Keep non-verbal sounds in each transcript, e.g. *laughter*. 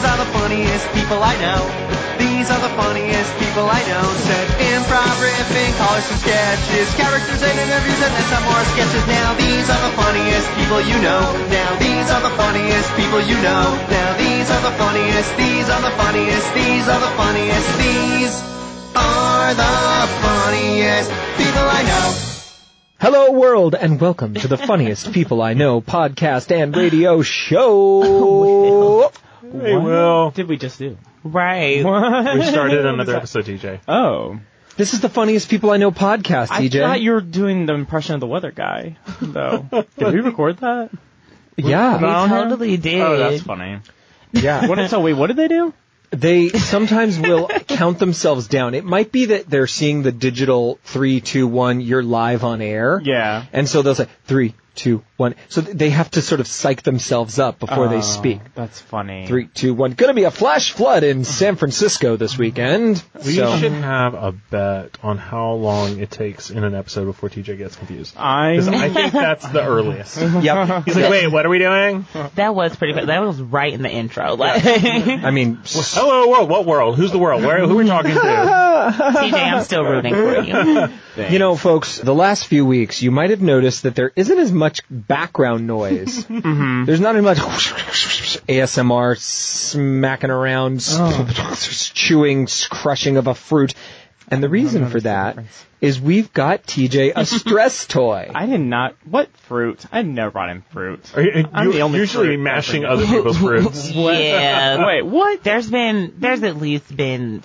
funniest people I know. These are the funniest people I know. Said improv riffing, callers some sketches, characters and interviews, and then some more sketches. Now these are the funniest people you know. Now these are the funniest people you know. Now these are the funniest. These are the funniest. These are the funniest. These are the funniest people I know. Hello world and welcome to the funniest *laughs* people I know podcast and radio show. Hey, Will. What did we just do? *laughs* Right. We started another episode, DJ. Oh. this is the funniest people I know podcast, E I DJ. thought you were doing the impression of the weather guy, *laughs* though. did we record that? We yeah. totally did. Oh, that's funny. Yeah. What, so wait, what did they do? They sometimes will count themselves down. It might be that they're seeing the digital three, two, one, you're live on air. Yeah. And so they'll say three, two, one. So th- they have to sort of psych themselves up before they Oh, speak. That's funny. Three, two, one. Gonna be a flash flood in San Francisco this weekend. We so, should have a bet on how long it takes in an episode before TJ gets confused. Ah. 'Cause I *laughs* I think that's the earliest. Uh-huh. *laughs* yep. He's like, wait, what are we doing? That was pretty bad. That was right in the intro. Like, *laughs* I mean, Hello, world. What world? Who's the world? Where? Who are we *laughs* talking to? TJ, I'm still rooting for you. You know, folks, the last few weeks, you might have noticed that there isn't as much background *laughs* noise. Mm-hmm. There's not as much ASMR smacking around, s- Oh. chewing, s- crushing of a fruit. And the reason for that is we've got TJ *laughs* a stress toy. I did not. What fruit? I've never brought in fruit. Are you, I'm you- the only usually fruit mashing ever. *laughs* other people's fruits. yeah. Wait, what? There's been, there's at least been,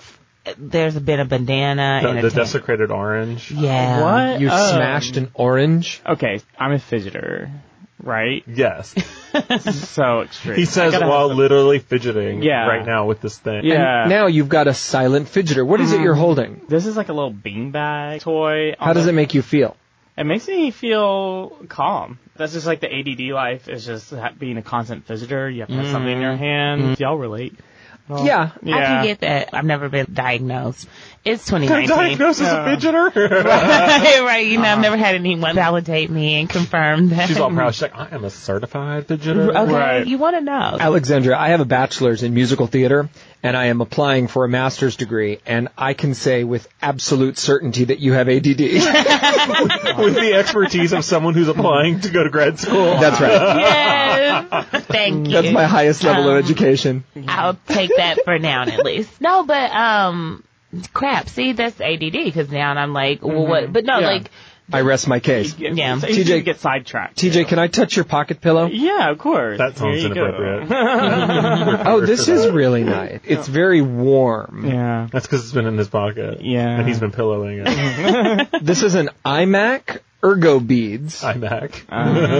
there's been a banana The, and a the tan- desecrated orange. Yeah. What? you Um, smashed an orange. Okay, I'm a fidgeter, right? *laughs* Yes. so extreme. He says I gotta while have literally fidgeting Yeah. right now with this thing. Yeah. Mm-hmm. And now you've got a silent fidgeter. What is it you're holding? some- This is like a little beanbag toy. How does it make you feel? It makes me feel calm. That's just like the ADD life is just ha- being a constant visitor. You have to have something in your hand. Y'all relate. yeah. I Yeah. can get that. I've never been diagnosed. *laughs* It's 2019. Diagnosis of fidgeter. *laughs* *laughs* right. You know, Uh-huh. I've never had anyone validate me and confirm that. She's all proud. She's like, I am a certified *laughs* *laughs* fidgeter. Okay. Right. Oh. You want to know. Alexandra, I have a bachelor's in musical theater and I am applying for a master's degree and I can say with absolute certainty that you have ADD. with the expertise of someone who's applying to go to grad school. That's right. *laughs* yes. Thank you. That's my highest level Um, of education. I'll take that for now at least. No, but um, crap. See, that's ADD because now I'm like, well, what? But no, Yeah. like, I rest my case. Yeah. It's easy TJ to get sidetracked. TJ, can I touch your pocket pillow? Yeah, of course. That sounds Here you go. *laughs* inappropriate. Oh, this is *laughs* really nice. It's very warm. Yeah. That's because it's been in his pocket. Yeah. And he's been pillowing *laughs* it. This is an iMac Ergo Beads. iMac.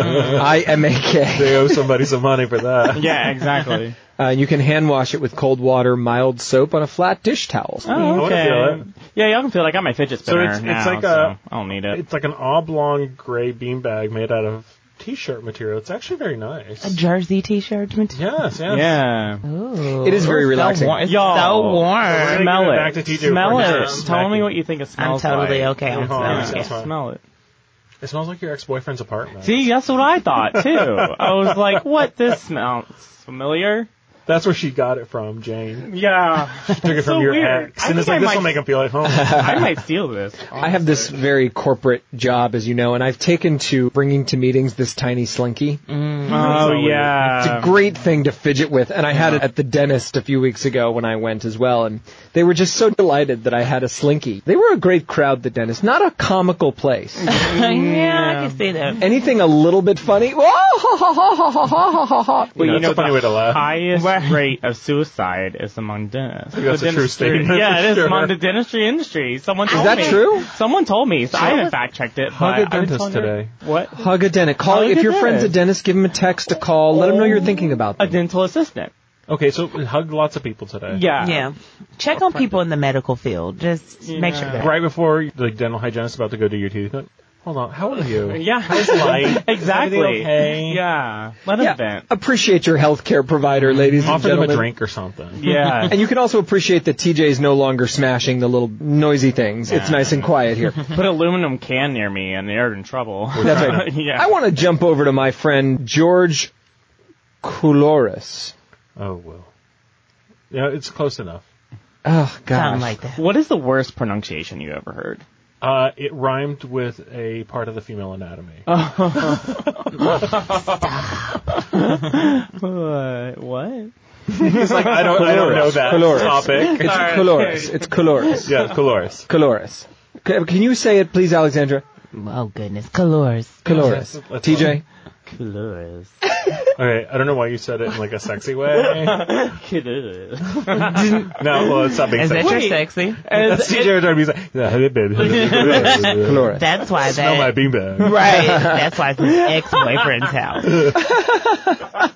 I-M-A-K. They owe somebody some money for *laughs* that. Yeah, exactly. Uh, you can hand wash it with cold water, mild soap on a flat dish towel. oh, wanna okay. feel it. Yeah, y'all can feel like I got my fidget spinner it's- it's now, like so a- I don't need it. It's like an oblong gray beanbag made out of t-shirt material. It's actually very nice. a jersey T-shirt. material. Yes, yes. Yeah. Ooh, It is very so relaxing. warm. It's Y'all. so We're gonna warm. give Smell it it. back to TJ smell before he it. starts Tell me smacking. what you think it I'm smells totally like. okay. Yeah, on yeah, smelling Yeah, it. fine. smell it. It smells like your ex-boyfriend's apartment. See, that's what I thought too. I *laughs* was like, "What? This smells familiar." That's where she got it from, Jane. Yeah, Took it from so your weird. ex. I and it's like, think I this will might- make him feel at home. *laughs* I *laughs* might steal this. I have this very corporate job, as you know, and I've taken to bringing to meetings this tiny slinky. Mm. Oh It's yeah, a great thing to fidget with, and I had it at the dentist a few weeks ago when I went as well, and they were just so delighted that I had a slinky. They were a great crowd, the dentist. Not a comical place. *laughs* yeah, I can see that. Anything a little bit funny. Whoa, ha, ha, ha, ha, ha, ha, ha, ha, ha. Well, You know, you it's know, a funny the way to laugh. highest *laughs* rate of suicide is among dentists. That's The a true dentistry- statement, Yeah, for it is sure. among the dentistry industry. Someone told that me. true? Someone told me. So I haven't fact checked it. Hug but a I was dentist telling her- today. What? Hug a dentist. Call Hug if a your friend's a dentist. dentist, give him a text, a call, let him know you're thinking about A them. dental assistant. okay, so hug lots of people today. Yeah. Yeah, check on people in the medical field. Just make sure Yeah. that. Right before the dental hygienist is about to go do your teeth, like, hold on, how are you? *laughs* Yeah. *laughs* How's life? exactly. Everything okay? Yeah. Let them Yeah, vent. *laughs* appreciate your healthcare provider, ladies and Offer gentlemen. them a drink or something. Yeah. And you can also appreciate that TJ is no longer smashing the little noisy things. It's nice and quiet here. Put an aluminum can near me, and they're in trouble. That's right. *laughs* yeah. I want to jump over to my friend George Koulouris. Oh, well. Yeah, it's close enough. Oh god. Something like that. What is the worst pronunciation you ever heard? Uh, it rhymed with a part of the female *laughs* anatomy. Uh, what? It's like I don't, I don't know that Coloris. topic. It's Sorry. Coloris. *laughs* It's Coloris. *laughs* yeah, Coloris. Coloris. C- Can you say it, please, Alexandra? Oh goodness, colors. Coloris. Yes, that's TJ. Colores. Okay, I don't know why you said it in like a sexy *laughs* way. no, well, it's not being Is that sexy. your sexy? That's TJ Darby's like, "Yeah, hey, baby." Smell *laughs* Coloris. That's why that. my *laughs* *laughs* *laughs* beanbag. right. That's why it's an ex-boyfriend's house.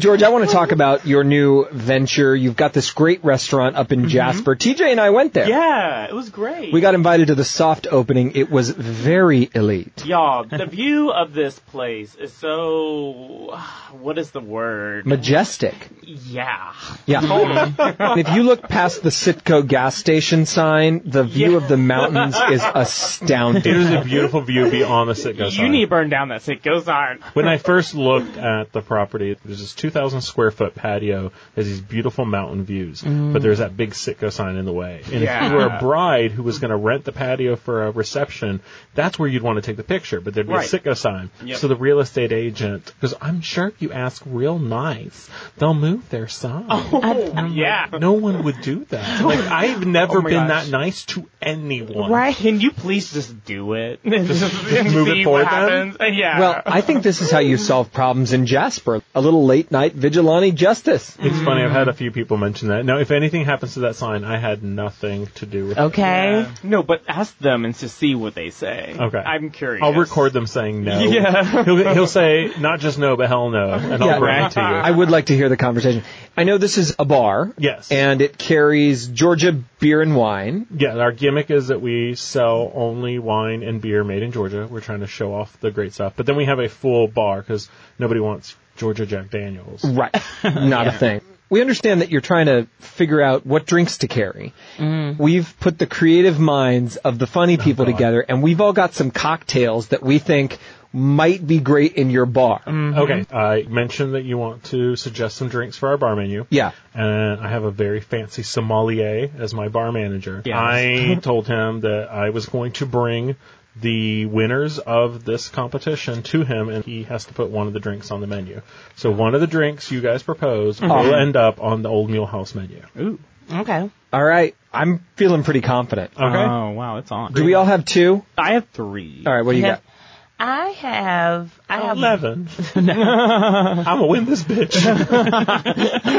George, I want to talk about your new venture. You've got this great restaurant up Mm-hmm. in Jasper. TJ and I went there. *laughs* Yeah, it was great. We got invited to the soft opening. It was very elite. y'all. The view of this place is so. What is the word? Majestic. yeah. Yeah. *laughs* if you look past the Sitco gas station sign, the view Yeah. of the mountains *laughs* is astounding. It was a beautiful view beyond the Sitco You sign. need to burn down that It goes on. when I first looked at the property, there's this 2,000 square foot patio, has these beautiful mountain views, but there's that big Sitco sign in the way. And if Yeah. you were a bride who was going to rent the patio for a reception, that's where you'd want to take the picture, but there'd be Right. a Sitco sign. Yep. So the real estate agent, because I'm sure if you ask real nice, they'll move their sign. Oh. *laughs* yeah. No one would do *laughs* that. Like I've never Oh my been gosh. that nice to anyone. Right. Can you please just do it? *laughs* Just, move it see forward what then? happens. Uh, Yeah. Well, I think this is how you solve problems in Jasper. A little late night vigilante justice. It's funny. I've had a few people mention that. No, if anything happens to that sign, I had nothing to do with it. Okay. no, but ask them and to see what they say. Okay. I'm curious. I'll record them saying no. *laughs* Yeah. He'll, he'll say not just no, but hell no, and I'll bring it to you. I would like to hear the conversation. I know this is a bar. Yes. And it carries Georgia beer and wine. yeah, our gimmick is that we sell only wine and beer made in Georgia. We're trying to show off the great stuff, but then we have a full bar because nobody wants Georgia Jack Daniels. Right. Not a thing. We understand that you're trying to figure out what drinks to carry. We've put the creative minds of the funny people God. together and we've all got some cocktails that we think might be great in your bar. Mm-hmm. Okay, I mentioned that you want to suggest some drinks for our bar menu. Yeah. and I have a very fancy sommelier as my bar manager. Yes. I told him that I was going to bring the winners of this competition to him, and he has to put one of the drinks on the menu. So one of the drinks you guys propose will end up on the Old Mule House menu. Okay. Mm-hmm. Ooh. Okay. All right. I'm feeling pretty confident. Oh wow, it's on. Do we all have two? I have three. All right. What do you Yeah. got? I have. I have. Eleven. *laughs* I'm gonna win this bitch.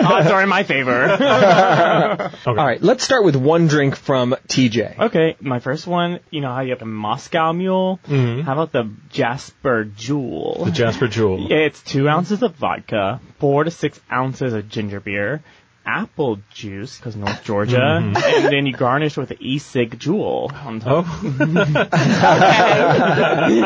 Odds are in my *laughs* favor. All right. Let's start with one drink from TJ. okay, my first one. You know how you have the Moscow Mule? Mm-hmm. How about the Jasper Jewel? Jasper Jewel. Yeah, It's two ounces of vodka, four to six ounces of ginger beer, apple juice because North Georgia, and then you garnish with an e-cig jewel on top. Mm-hmm. Oh,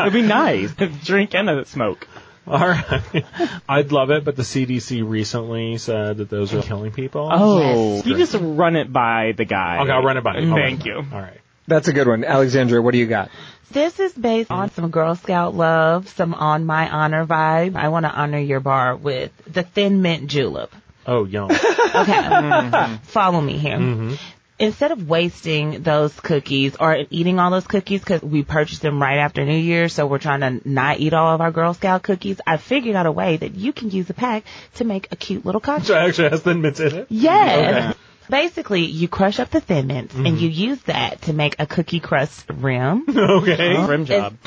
*laughs* It'd be nice. Drink and a smoke. all right. *laughs* I'd love it, but the CDC recently said that those are killing people. Oh. you just run it by the guy. Okay, I'll run it by. you. I'll run Thank it by you. All right. That's a good one. Alexandra, what do you got? This is based on some Girl Scout love, some on my honor vibe. I want to honor your bar with the thin mint julep. Oh, yum. *laughs* Okay. Follow me here. Instead of wasting those cookies or eating all those cookies because we purchased them right after New Year, so we're trying to not eat all of our Girl Scout cookies, I figured out a way that you can use a pack to make a cute little cocktail. So it actually has thin mints in it. Yes. Basically, you crush up the thin mints and you use that to make a cookie crust rim. Okay. Rim job. *laughs*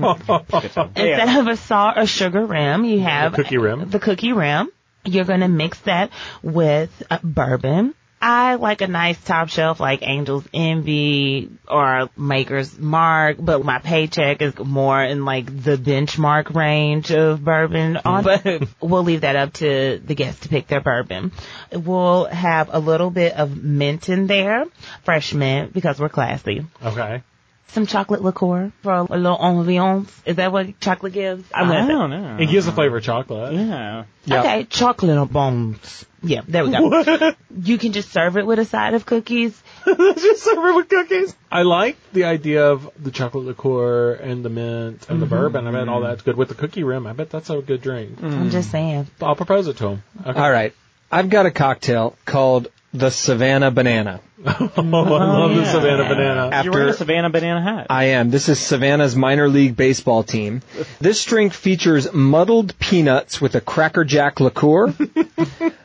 *laughs* Instead of a salt or sugar rim, you have cookie rim. The cookie rim. You're going to mix that with uh, bourbon. I like a nice top shelf like Angel's Envy or Maker's Mark, but my paycheck is more in like the benchmark range of bourbon. On, Mm-hmm. but we'll leave that up to the guests to pick their bourbon. We'll have a little bit of mint in there, fresh mint because we're classy Okay. some chocolate liqueur for a little ambiance. Is that what chocolate gives? I'm I gonna don't know. It gives the flavor of chocolate. Yeah. say- Okay, chocolate bombs. Yeah, there we go. *laughs* You can just serve it with a side of cookies. *laughs* Just serve it with cookies. I like the idea of the chocolate liqueur and the mint and the bourbon. I bet Hmm. all that's good with the cookie rim. I bet that's a good drink. I'm just saying. *laughs* I'll propose it to him. Okay. All right. I've got a cocktail called the Savannah Banana. Oh, I love the yeah. Savannah banana. You're wearing After- a Savannah banana hat. I am. This is Savannah's minor league baseball team. This drink features muddled peanuts with a Cracker Jack liqueur,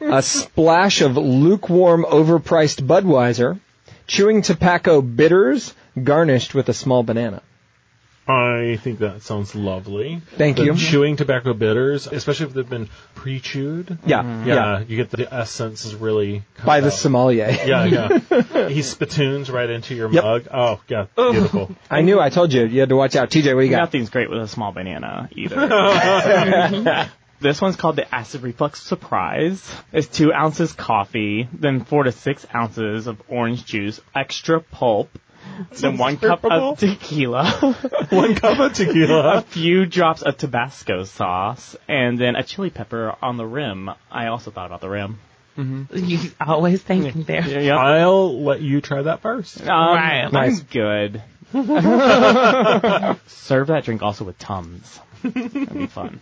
a splash of lukewarm overpriced Budweiser, chewing tobacco bitters, garnished with a small banana. I think that sounds lovely. Thank The you. Chewing tobacco bitters, especially if they've been pre-chewed. Yeah, Yeah, you get the essence is really cut By the out. sommelier. Yeah, yeah. he spittoons right into your Yep. mug. Oh, yeah, beautiful. *laughs* I knew. I told you. You had to watch out. TJ, what do you got? Nothing's great with a small banana either. *laughs* *laughs* this one's called the acid reflux surprise. It's two ounces coffee, then four to six ounces of orange juice, extra pulp, then one cup terrible. of tequila, *laughs* One cup of a *laughs* tequila. few drops of Tabasco sauce, and then a chili pepper on the rim. I also thought about the rim. You always thinking there. Yeah, yeah. I'll let you try that first. Um, Right. I'm Nice. *laughs* good. Serve that drink also with Tums. That'd be fun.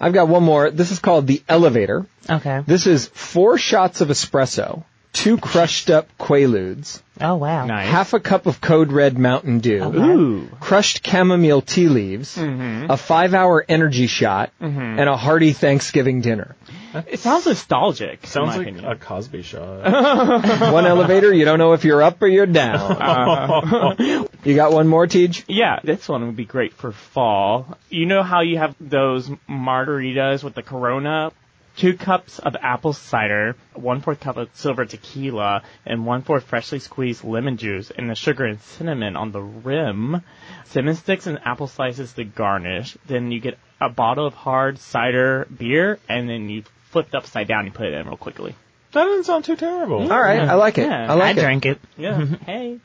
I've got one more. This is called the elevator. Okay. This is four shots of espresso, two crushed up Quaaludes, Oh wow. Nice. half a cup of Code Red Mountain Dew, Ooh. crushed chamomile tea leaves, Mm-hmm. a five hour energy shot, and a hearty Thanksgiving dinner. It sounds nostalgic. Sounds in my like opinion. a Cosby show. one elevator, you don't know if you're up or you're down. *laughs* You got one more, Tej? Yeah, this one would be great for fall. You know how you have those margaritas with the Corona? Two cups of apple cider, one fourth cup of silver tequila, and one fourth freshly squeezed lemon juice, and the sugar and cinnamon on the rim. Cinnamon sticks and apple slices to garnish. Then you get a bottle of hard cider beer, and then you flip it upside down and put it in real quickly. that doesn't sound too terrible. Mm-hmm. All right, I like it. Yeah. I I like it. drank it. *laughs* Yeah. hey.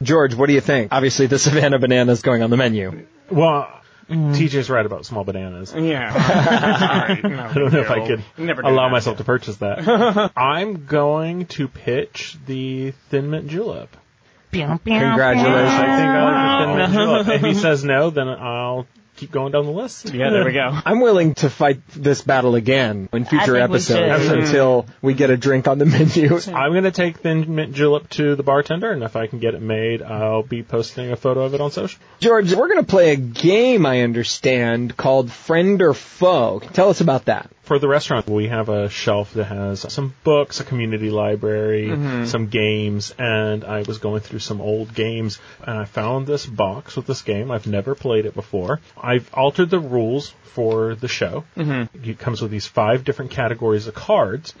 George, what do you think? Obviously, the Savannah banana is going on the menu. Well, TJ's right about small bananas. *laughs* Yeah. I don't know if I could Mm-hmm. Never do allow that. myself to purchase that. I'm going to pitch the Thin Mint Julep. Ah. Congratulations. I think I like the Thin Mint Julep. If he says no, then I'll keep going down the list. *laughs* yeah, there we go. I'm willing to fight this battle again in future think we should. episodes Absolutely. until we get a drink on the *laughs* menu. I'm going to take Thin Mint Julep to the bartender, and if I can get it made, I'll be posting a photo of it on social. George, we're going to play a game, I understand, called Friend or Foe. Tell us about that. for the restaurant, we have a shelf that has some books, a community library, some games, and I was going through some old games and I found this box with this game. I've never played it before. I've altered the rules for the show. Mm-hmm. It comes with these five different categories of cards.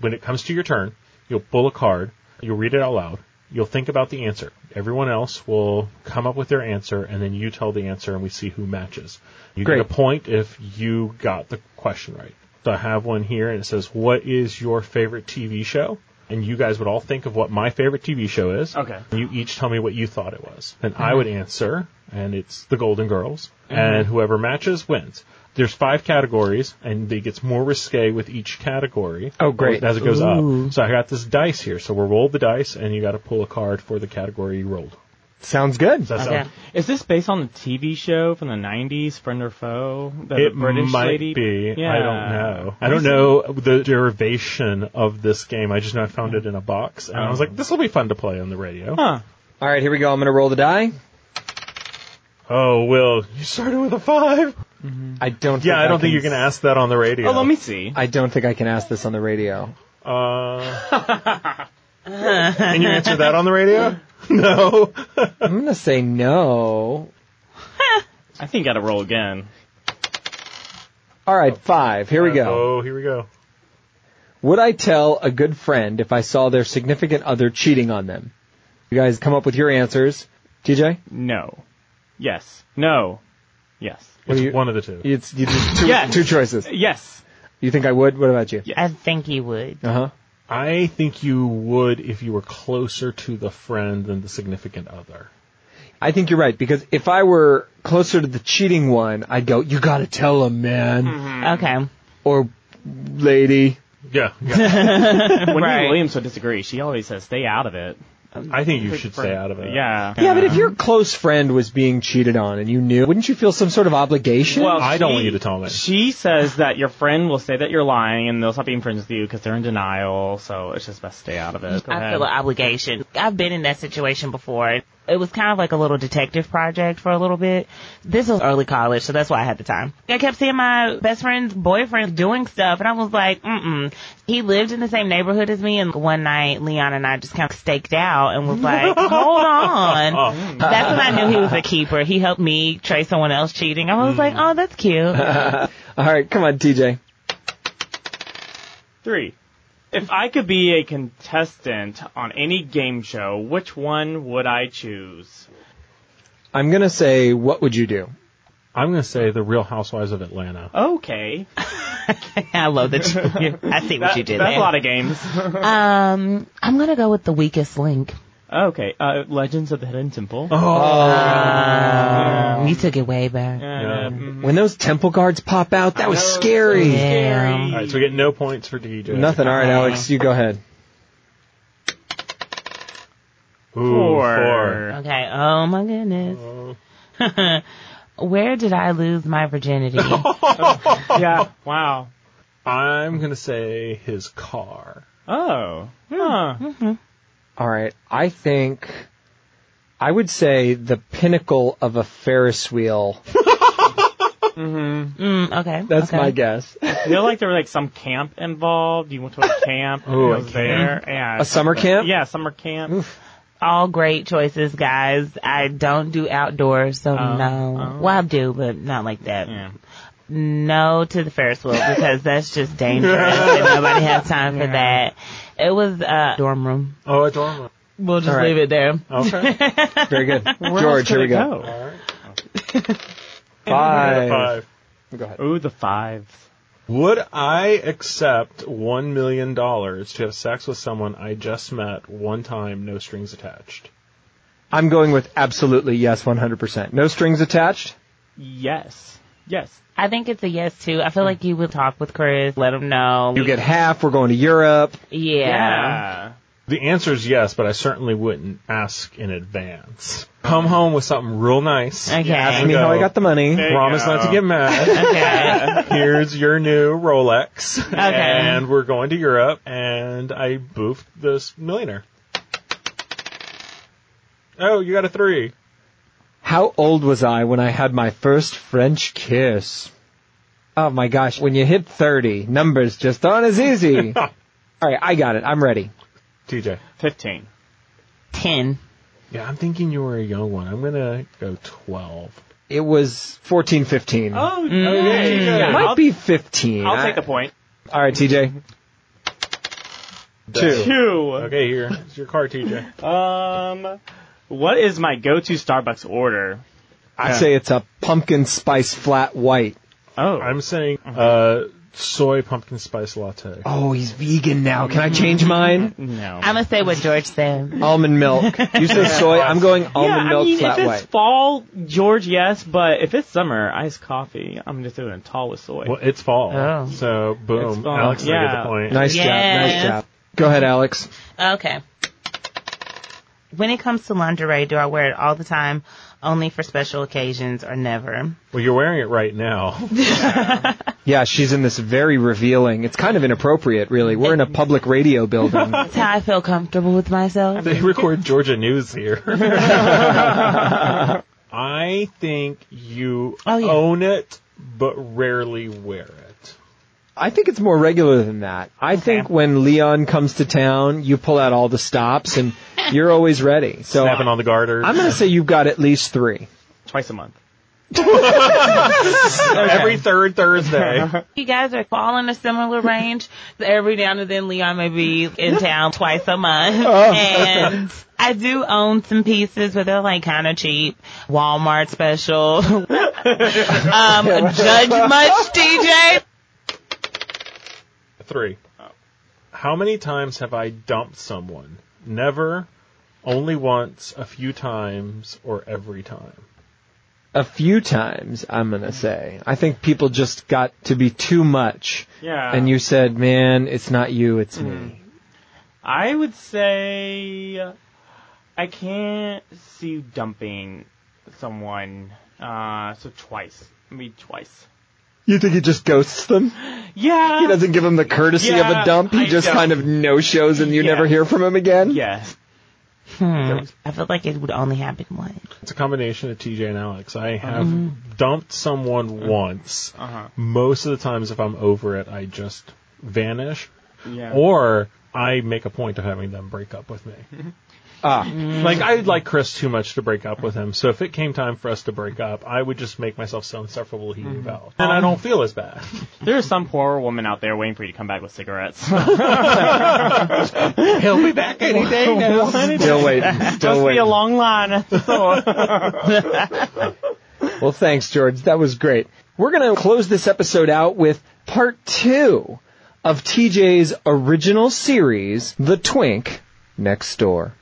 When it comes to your turn, you'll pull a card, you'll read it out loud. You'll think about the answer. Everyone else will come up with their answer, and then you tell the answer, and we see who matches. You Great. get a point if you got the question right. So I have one here, and it says, "What is your favorite TV show?" And you guys would all think of what my favorite TV show is. Okay. You each tell me what you thought it was, and I would answer, and it's The Golden Girls, and whoever matches wins. There's five categories, and it gets more risque with each category. Oh, great. As it goes Ooh. up. So I got this dice here. So we'll roll the dice, and you got to pull a card for the category you rolled. Sounds good. Does that Okay. sound? Is this based on the TV show from the '90s, Friend or Foe? The It British might lady? be. Yeah. I don't know. I don't know the derivation of this game. I just know I found it in a box, and I was like, "This will be fun to play on the radio." Huh. All right, here we go. I'm going to roll the die. Oh, Will, you started with a five. I don't. Yeah, I don't can think you're gonna ask that on the radio. Oh, let me see. I don't think I can ask this on the radio. Uh, can you answer that on the radio? No. I'm going to say no. I think I gotta roll again. All right, five. Here we go. Oh, here we go. Would I tell a good friend if I saw their significant other cheating on them? You guys come up with your answers. TJ? No. Yes. No. Yes. What It's do you- one of the two. It's, you two, Yes. two choices. *laughs* Yes. You think I would? What about you? I think you would. Uh huh. I think you would if you were closer to the friend than the significant other. I think you're right because if I were closer to the cheating one, I'd go, "You gotta tell him, man," Mm-hmm. Hmm. Okay. or "Lady." Yeah. yeah. Wendy Right. Williams would disagree. She always says, "Stay out of it." *laughs* I think you should stay out of it. Yeah. Yeah, but if your close friend was being cheated on and you knew, wouldn't you feel some sort of obligation? Well, I don't she- want you to tell me. She says that your friend will say that you're lying and they'll stop being friends with you because they're in denial. So it's just best to stay out of it. Go I ahead. feel an obligation. I've been in that situation before. It was kind of like a little detective project for a little bit. This was early college, so that's why I had the time. I kept seeing my best friend's boyfriend doing stuff, and I was like, mm-mm. He lived in the same neighborhood as me, and one night, Leon and I just kind of staked out and was like, *laughs* hold Oh. on. That's when I knew he was a keeper. He helped me trace someone else cheating. I was like, Mm. oh, that's cute. *laughs* All right, come on, TJ. Three. If I could be a contestant on any game show, which one would I choose? I'm gonna say, what would you do? I'm going to say the Real Housewives of Atlanta. Okay. I love that you, I see what That- you did that's there. a lot *laughs* of games. um, I'm gonna go with the weakest link. okay. Uh, Legends of the Hidden Temple. Oh, Um, You took it way back. Yeah. Yeah. mhm. When those temple guards pop out, that was scary. Yeah. All right, so we get no points for DJ. Nothing. All right, Alex, you go ahead. Ooh, four. Four. Okay. Oh my goodness. Oh. *laughs* Where did I lose my virginity? yeah. *laughs* Wow. I'm going to say his car. Oh. Huh. All right, I think I would say the pinnacle of a Ferris wheel. mm, okay. That's okay. my guess. I feel like there was like some camp involved. You went to a camp. Oh, I a was there. Yeah. A summer camp. Yeah, summer camp. All great choices, guys. I don't do outdoors, so Oh, no. oh. Well, I do, but not like that. Yeah. No to the Ferris wheel because that's just dangerous and nobody has time for that. It was a dorm room. Oh, a dorm room. Oh. We'll just All right. leave it there. Okay. Very good. *laughs* Where George, else could here we it go. All right. Five. *laughs* Five. Go ahead. Ooh, the fives. Would I accept one million dollars to have sex with someone I just met one time, no strings attached? I'm going with absolutely yes, 100%. No strings attached. Yes. Yes. I think it's a yes too. I feel like you would talk with Chris, let him know. You get half. We're going to Europe. yeah. The answer is yes, but I certainly wouldn't ask in advance. Come home with something real nice. Okay. Ask me how I got the money. There you Promise go. not to get *laughs* mad. Okay. *laughs* Here's your new Rolex. Okay. And we're going to Europe, and I boofed this millionaire. Oh, you got a three. How old was I when I had my first French kiss? Oh my gosh, when you hit 30, numbers just aren't as *laughs* easy. All right, I got it. I'm ready. TJ. Fifteen. Ten. Yeah, I'm thinking you were a young one. I'm gonna go 12. It was 14, 15. Oh, okay. It might I'll, be 15. I'll take I- the point. All right, TJ. Two. Two. Okay, here. It's your car, *laughs* TJ. Um, what is my go-to Starbucks order? I say it's a pumpkin spice flat white. Oh, I'm saying Uh-huh. uh, soy pumpkin spice latte. Oh, he's vegan now. Can I change mine? *laughs* no. I'm gonna say what George said. almond milk. You *laughs* say soy. I'm going yeah, almond I milk mean, flat if it's white. fall, George, yes, but if it's summer, iced coffee, I'm just doing tall with soy. Well, it's fall. Oh. So, boom. It's fall. Alex, I get Yeah. the point. Nice job. Nice Yes. job. Go ahead, Alex. Okay. When it comes to lingerie, do I wear it all the time, only for special occasions, or never? Well, you're wearing it right now. Yeah, she's in this very revealing. It's kind of inappropriate, really. We're in a public radio *laughs* building. That's how I feel comfortable with myself. they record Georgia news here. I think you Oh, yeah. own it, but rarely wear it. I think it's more regular than that. I think when Leon comes to town, you pull out all the stops and you're always ready. So Snapping on the garter. Oh, I'm going to say you've got at least three. Twice a month. Every *laughs* third Thursday. You guys are all in a similar range. Every now and then, Leon may be in *laughs* town twice a month, and I do own some pieces, but they're like kind of cheap. Walmart special. *laughs* um, *laughs* judge much, DJ. Three. How many times have I dumped someone? Never, only once, a few times, or every time. A few times, I'm going to say. I think people just got to be too much. Yeah. Mm. And you said, man, it's not you, it's me. I would say I can't see dumping someone. Uh, so twice. I mean, twice. You think he just ghosts them? Yeah. He doesn't give them the courtesy of Yeah, a dump. He I just don't. kind of no shows and you Yes. never hear from him again? Yes. Hmm. I feel like it would only happen once. It's a combination of TJ and Alex. I have dumped someone once. Uh-huh. Most of the times, if I'm over it, I just vanish, Yeah. or I make a point of having them break up with me. Ah, Mm-hmm. Like I like Chris too much to break up with him. So if it came time for us to break up, I would just make myself so insufferable he Mm-hmm. knew about, and I don't feel as bad. there is some poor woman out there waiting for you to come back *laughs* with cigarettes. he'll be *laughs* back any day now. *laughs* Still waiting. Still Must be a waiting. long line at the store. Well, thanks, George. That was great. We're going to close this episode out with part two of TJ's original series, The Twink Next Door.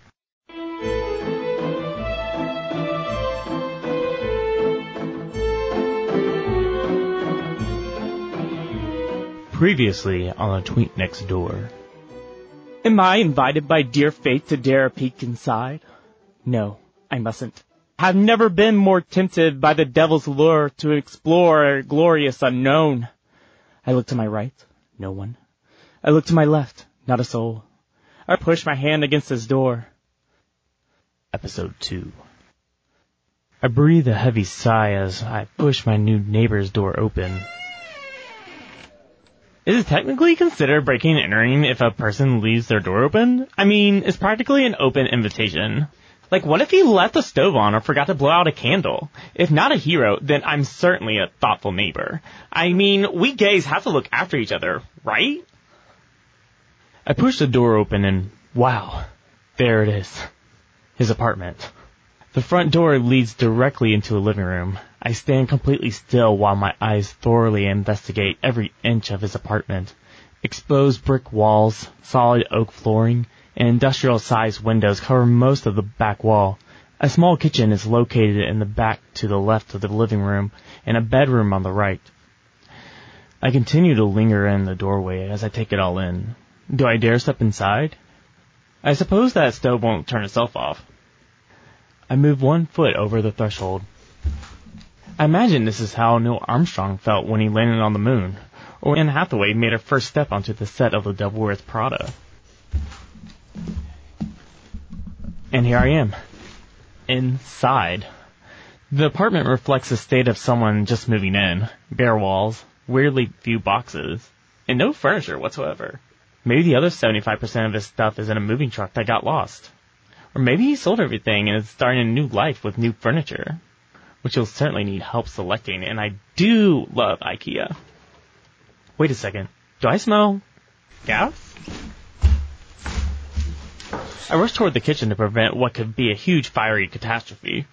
Previously on a tweet next door. Am I invited by dear fate to dare a peek inside? No, I mustn't. I've never been more tempted by the devil's lure to explore a glorious unknown. I look to my right, no one. I look to my left, not a soul. I push my hand against his door. Episode 2 I breathe a heavy sigh as I push my new neighbor's door open. Is it technically considered breaking and entering if a person leaves their door open? I mean, it's practically an open invitation. Like, what if he left the stove on or forgot to blow out a candle? If not a hero, then I'm certainly a thoughtful neighbor. I mean, we gays have to look after each other, right? I push the door open and, wow, there it is. His apartment. The front door leads directly into a living room. I stand completely still while my eyes thoroughly investigate every inch of his apartment. Exposed brick walls, solid oak flooring, and industrial sized windows cover most of the back wall. A small kitchen is located in the back to the left of the living room and a bedroom on the right. I continue to linger in the doorway as I take it all in. Do I dare step inside? I suppose that stove won't turn itself off. I move one foot over the threshold. I imagine this is how Neil Armstrong felt when he landed on the moon, or when Anne Hathaway made her first step onto the set of The Devil Wears Prada. And here I am. Inside. The apartment reflects the state of someone just moving in. Bare walls, weirdly few boxes, and no furniture whatsoever. Maybe the other 75% of his stuff is in a moving truck that got lost. Or maybe he sold everything and is starting a new life with new furniture, which you'll certainly need help selecting, and I do love IKEA. Wait a second. Do I smell gas? I rush toward the kitchen to prevent what could be a huge fiery catastrophe.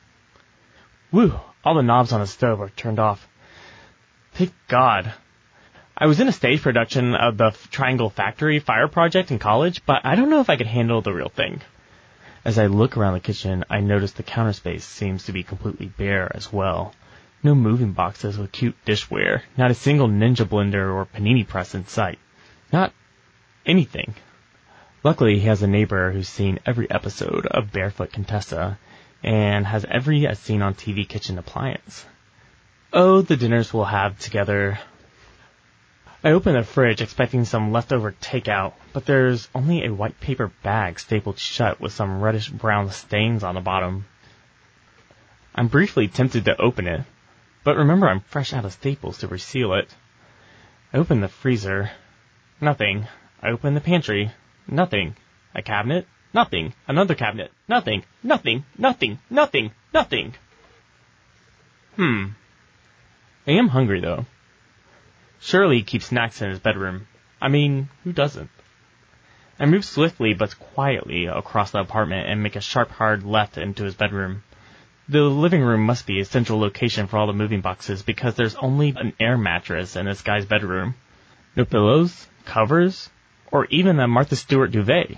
Whew, all the knobs on the stove are turned off. Thank God. I was in a stage production of the Triangle Factory fire project in college, but I don't know if I could handle the real thing. As I look around the kitchen, I notice the counter space seems to be completely bare as well. No moving boxes with cute dishware, not a single ninja blender or panini press in sight. Not anything. Luckily, he has a neighbor who's seen every episode of Barefoot Contessa and has every as seen on TV kitchen appliance. Oh, the dinners we'll have together. I open the fridge expecting some leftover takeout, but there's only a white paper bag stapled shut with some reddish brown stains on the bottom. I'm briefly tempted to open it, but remember I'm fresh out of Staples to reseal it. I open the freezer. Nothing. I open the pantry. Nothing. A cabinet. Nothing. Another cabinet. Nothing. Nothing. Nothing. Nothing. Nothing. Hmm. I am hungry though. Surely he keeps snacks in his bedroom. I mean, who doesn't? I move swiftly but quietly across the apartment and make a sharp hard left into his bedroom. The living room must be a central location for all the moving boxes because there's only an air mattress in this guy's bedroom. No pillows, covers, or even a Martha Stewart duvet.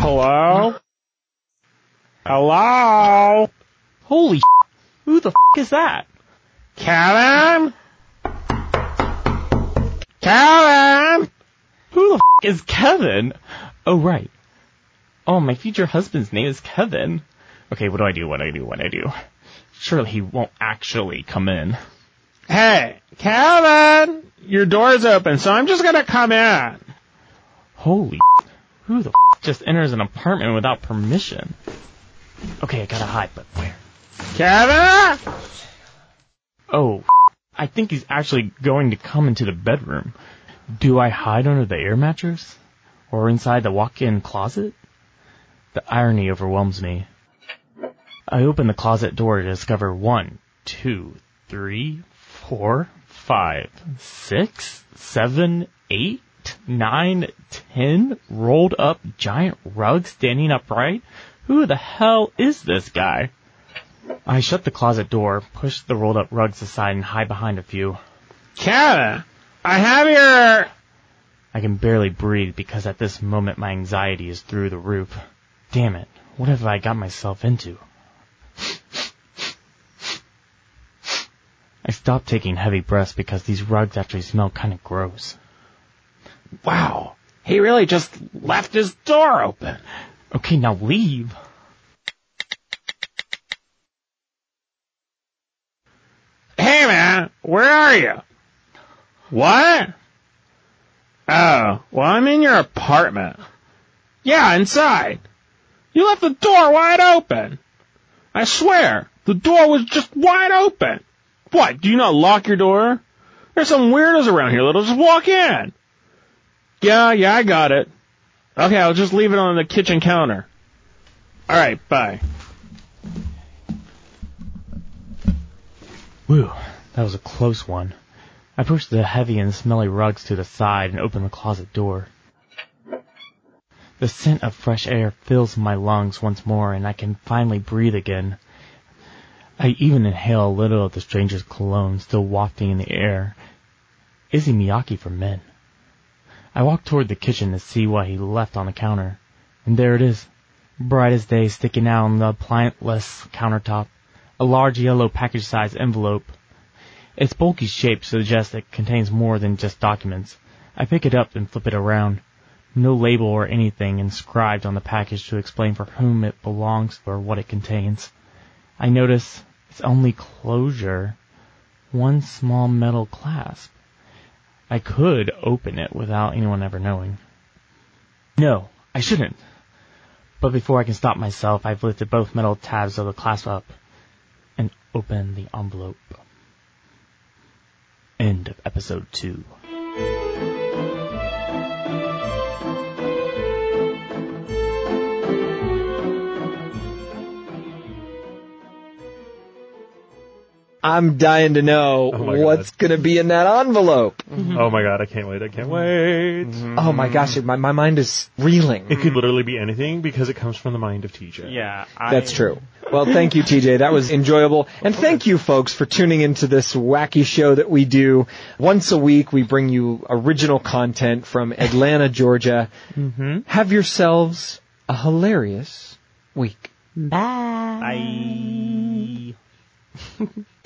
Hello? Hello? Holy Who the f is that? Karen? Karen? Who the f is Kevin? Oh right. oh, my future husband's name is Kevin. Okay, what do I do? What do I do? What do I do? Surely he won't actually come in. Hey, Kevin, your door's open, so I'm just gonna come in. Holy who the just enters an apartment without permission? Okay, I gotta hide, but where? Kevin? Oh, I think he's actually going to come into the bedroom. Do I hide under the air mattress? Or inside the walk-in closet? The irony overwhelms me. I open the closet door to discover one, two, three, four, five, six, seven, eight, nine, ten rolled up giant rugs standing upright. Who the hell is this guy? I shut the closet door, push the rolled up rugs aside, and hide behind a few. Kevin, I have your. I can barely breathe because at this moment my anxiety is through the roof. Damn it, what have I got myself into? I stop taking heavy breaths because these rugs actually smell kind of gross. Wow, he really just left his door open. Okay, now leave. Hey man, where are you? What? Oh, well I'm in your apartment. Yeah, inside. You left the door wide open. I swear, the door was just wide open. What, do you not lock your door? There's some weirdos around here that'll just walk in. Yeah, yeah, I got it. Okay, I'll just leave it on the kitchen counter. Alright, bye. Whew, that was a close one. I pushed the heavy and smelly rugs to the side and opened the closet door. The scent of fresh air fills my lungs once more and I can finally breathe again. I even inhale a little of the stranger's cologne still wafting in the air. Izzy Miyake for men. I walk toward the kitchen to see what he left on the counter. And there it is. Bright as day sticking out on the applianceless countertop. A large yellow package-sized envelope. Its bulky shape suggests it contains more than just documents. I pick it up and flip it around. No label or anything inscribed on the package to explain for whom it belongs or what it contains. I notice its only closure, one small metal clasp. I could open it without anyone ever knowing. No, I shouldn't. But before I can stop myself, I've lifted both metal tabs of the clasp up and opened the envelope. End of episode two. I'm dying to know Oh my God. what's going to be in that envelope. Oh my god, I can't wait. I can't wait. Mm-hmm. Oh my gosh, it, my, my mind is reeling. It could literally be anything because it comes from the mind of TJ. Yeah, I, That's true. Well, thank you, TJ. That was enjoyable. And thank you, folks, for tuning into this wacky show that we do. Once a week, we bring you original content from Atlanta, Georgia. Mm-hmm. Have yourselves a hilarious week. Bye. I